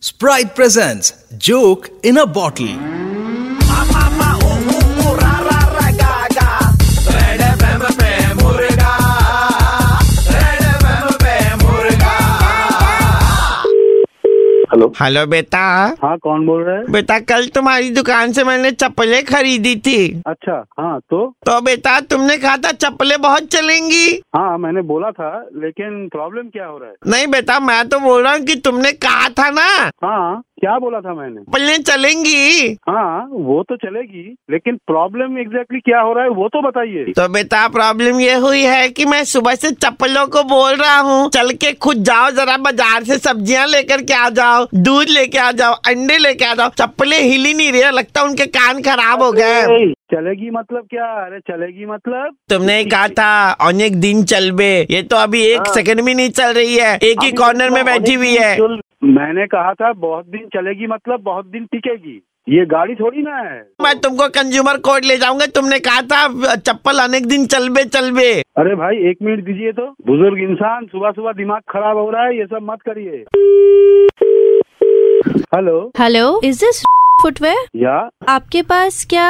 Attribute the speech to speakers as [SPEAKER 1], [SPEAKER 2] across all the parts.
[SPEAKER 1] Sprite presents Joke in a Bottle.
[SPEAKER 2] Hello
[SPEAKER 3] hello बेटा
[SPEAKER 2] हाँ कौन बोल रहा है
[SPEAKER 3] बेटा कल तुम्हारी दुकान से मैंने चप्पलें खरीदी थी
[SPEAKER 2] अच्छा हाँ तो
[SPEAKER 3] तो बेटा तुमने कहा था चप्पलें बहुत चलेंगी
[SPEAKER 2] हाँ मैंने बोला था लेकिन प्रॉब्लम क्या हो रहा है
[SPEAKER 3] नहीं बेटा मैं तो बोल रहा हूँ कि तुमने कहा था ना
[SPEAKER 2] हाँ क्या बोला था मैंने
[SPEAKER 3] चप्पलें चलेंगी
[SPEAKER 2] हाँ वो तो चलेगी लेकिन प्रॉब्लम एग्जैक्टली क्या हो रहा है वो तो बताइए
[SPEAKER 3] तो बेटा प्रॉब्लम ये हुई है कि मैं सुबह से चप्पलों को बोल रहा हूँ चल के खुद जाओ जरा बाजार से सब्जियाँ लेकर के आ जाओ दूध लेके आ जाओ अंडे लेके आ जाओ चप्पलें हिल ही नहीं रही है, लगता है उनके कान खराब हो गए
[SPEAKER 2] ए, चलेगी मतलब क्या अरे चलेगी मतलब
[SPEAKER 3] तुमने ही कहा था अनेक दिन चलबे ये तो अभी एक सेकंड भी नहीं चल रही है एक ही
[SPEAKER 2] अभी तो
[SPEAKER 3] कॉर्नर में
[SPEAKER 2] इतना
[SPEAKER 3] बैठी हुई है
[SPEAKER 2] चल- मैंने कहा था बहुत दिन चलेगी मतलब बहुत दिन टिकेगी ये गाड़ी थोड़ी ना है
[SPEAKER 3] मैं तुमको कंज्यूमर कोर्ट ले जाऊंगा तुमने कहा था चप्पल अनेक दिन चलबे चलबे
[SPEAKER 2] अरे भाई एक मिनट दीजिए तो बुजुर्ग इंसान सुबह सुबह दिमाग खराब हो रहा है ये सब मत करिए hello
[SPEAKER 4] hello is this footwear
[SPEAKER 2] या
[SPEAKER 4] आपके पास क्या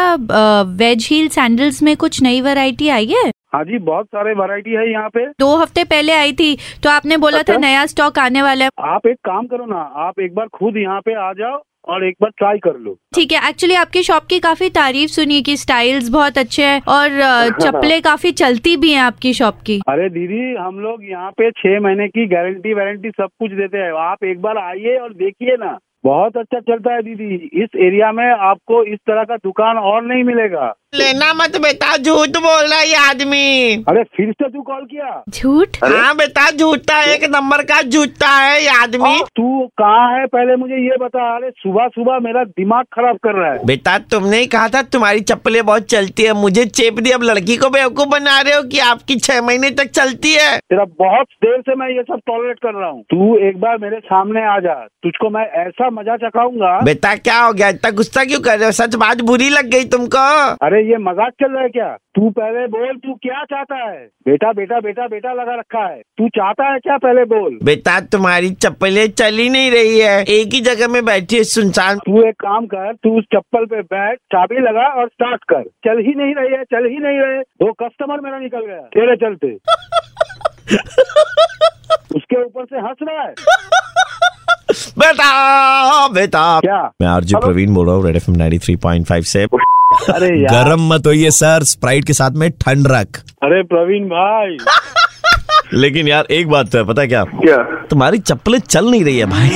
[SPEAKER 4] वेज हील सैंडल्स में कुछ नई वैरायटी आई है
[SPEAKER 2] हाँ जी बहुत सारे वैरायटी है यहाँ पे
[SPEAKER 4] दो हफ्ते पहले आई थी तो आपने बोला था
[SPEAKER 2] अच्छा।
[SPEAKER 4] नया स्टॉक आने वाला है
[SPEAKER 2] आप एक काम करो ना आप एक बार खुद यहाँ पे आ जाओ और एक बार ट्राई कर लो
[SPEAKER 4] ठीक है एक्चुअली आपकी शॉप की काफी तारीफ सुनी है कि स्टाइल्स बहुत अच्छे हैं और अ, चप्पलें काफी चलती भी हैं आपकी शॉप की
[SPEAKER 2] अरे दीदी हम लोग यहाँ पे छह महीने की गारंटी वारंटी सब कुछ देते हैं आप एक बार आइए और देखिए ना बहुत अच्छा चलता है दीदी इस एरिया में आपको इस तरह का दुकान और नहीं मिलेगा
[SPEAKER 3] लेना मत बेटा झूठ बोल रहा है ये आदमी
[SPEAKER 2] अरे फिर से तू कॉल किया
[SPEAKER 4] झूठ
[SPEAKER 3] हाँ बेटा झूठता है, एक नंबर का झूठता है ये आदमी
[SPEAKER 2] तू कहाँ है पहले मुझे ये बता अरे सुबह सुबह मेरा दिमाग खराब कर रहा है
[SPEAKER 3] बेटा तुमने ही कहा था तुम्हारी चप्पलें बहुत चलती है मुझे चेप दी अब लड़की को बेवकूफ बना रहे हो कि आपकी छह महीने तक चलती है
[SPEAKER 2] तेरा बहुत देर से मैं ये सब टॉलरेट कर रहा हूँ तू एक बार मेरे सामने आ जा तुझको मैं ऐसा मजा चखाऊंगा
[SPEAKER 3] बेटा क्या हो गया इतना गुस्सा क्यों कर रहे हो सच बात बुरी लग गई तुमको
[SPEAKER 2] अरे ये मजाक चल रहा है क्या तू पहले बोल तू क्या चाहता है बेटा बेटा बेटा बेटा लगा रखा है तू चाहता है क्या पहले बोल
[SPEAKER 3] बेटा तुम्हारी चप्पलें चल ही नहीं रही है एक ही जगह में बैठी है सुनसान
[SPEAKER 2] तू एक काम कर तू उस चप्पल पे बैठ चाबी लगा और स्टार्ट कर चल ही नहीं रही है चल ही नहीं रहे दो कस्टमर मेरा निकल गया तेरे चलते उसके ऊपर से हंस रहा है
[SPEAKER 3] बेटा बेटा
[SPEAKER 2] क्या
[SPEAKER 3] मैं आरजू
[SPEAKER 2] हेलो।
[SPEAKER 3] प्रवीण बोल रहा हूँ रेड एफ 93.5 से
[SPEAKER 2] अरे यार
[SPEAKER 5] गरम मत होइए सर स्प्राइट के साथ में ठंड रख
[SPEAKER 2] अरे प्रवीण भाई
[SPEAKER 5] लेकिन यार एक बात तो है पता है क्या
[SPEAKER 2] क्या
[SPEAKER 5] तुम्हारी चप्पलें चल नहीं रही है भाई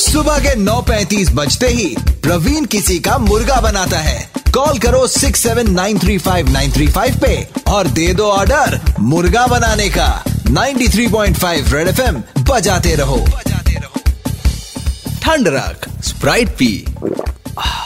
[SPEAKER 6] सुबह के 9:35 बजते ही प्रवीण किसी का मुर्गा बनाता है कॉल करो 6793595 पे और दे दो ऑर्डर मुर्गा बनाने का 93.5 रेड एफएम बजाते रहो ठंड रख स्प्राइट पी आह।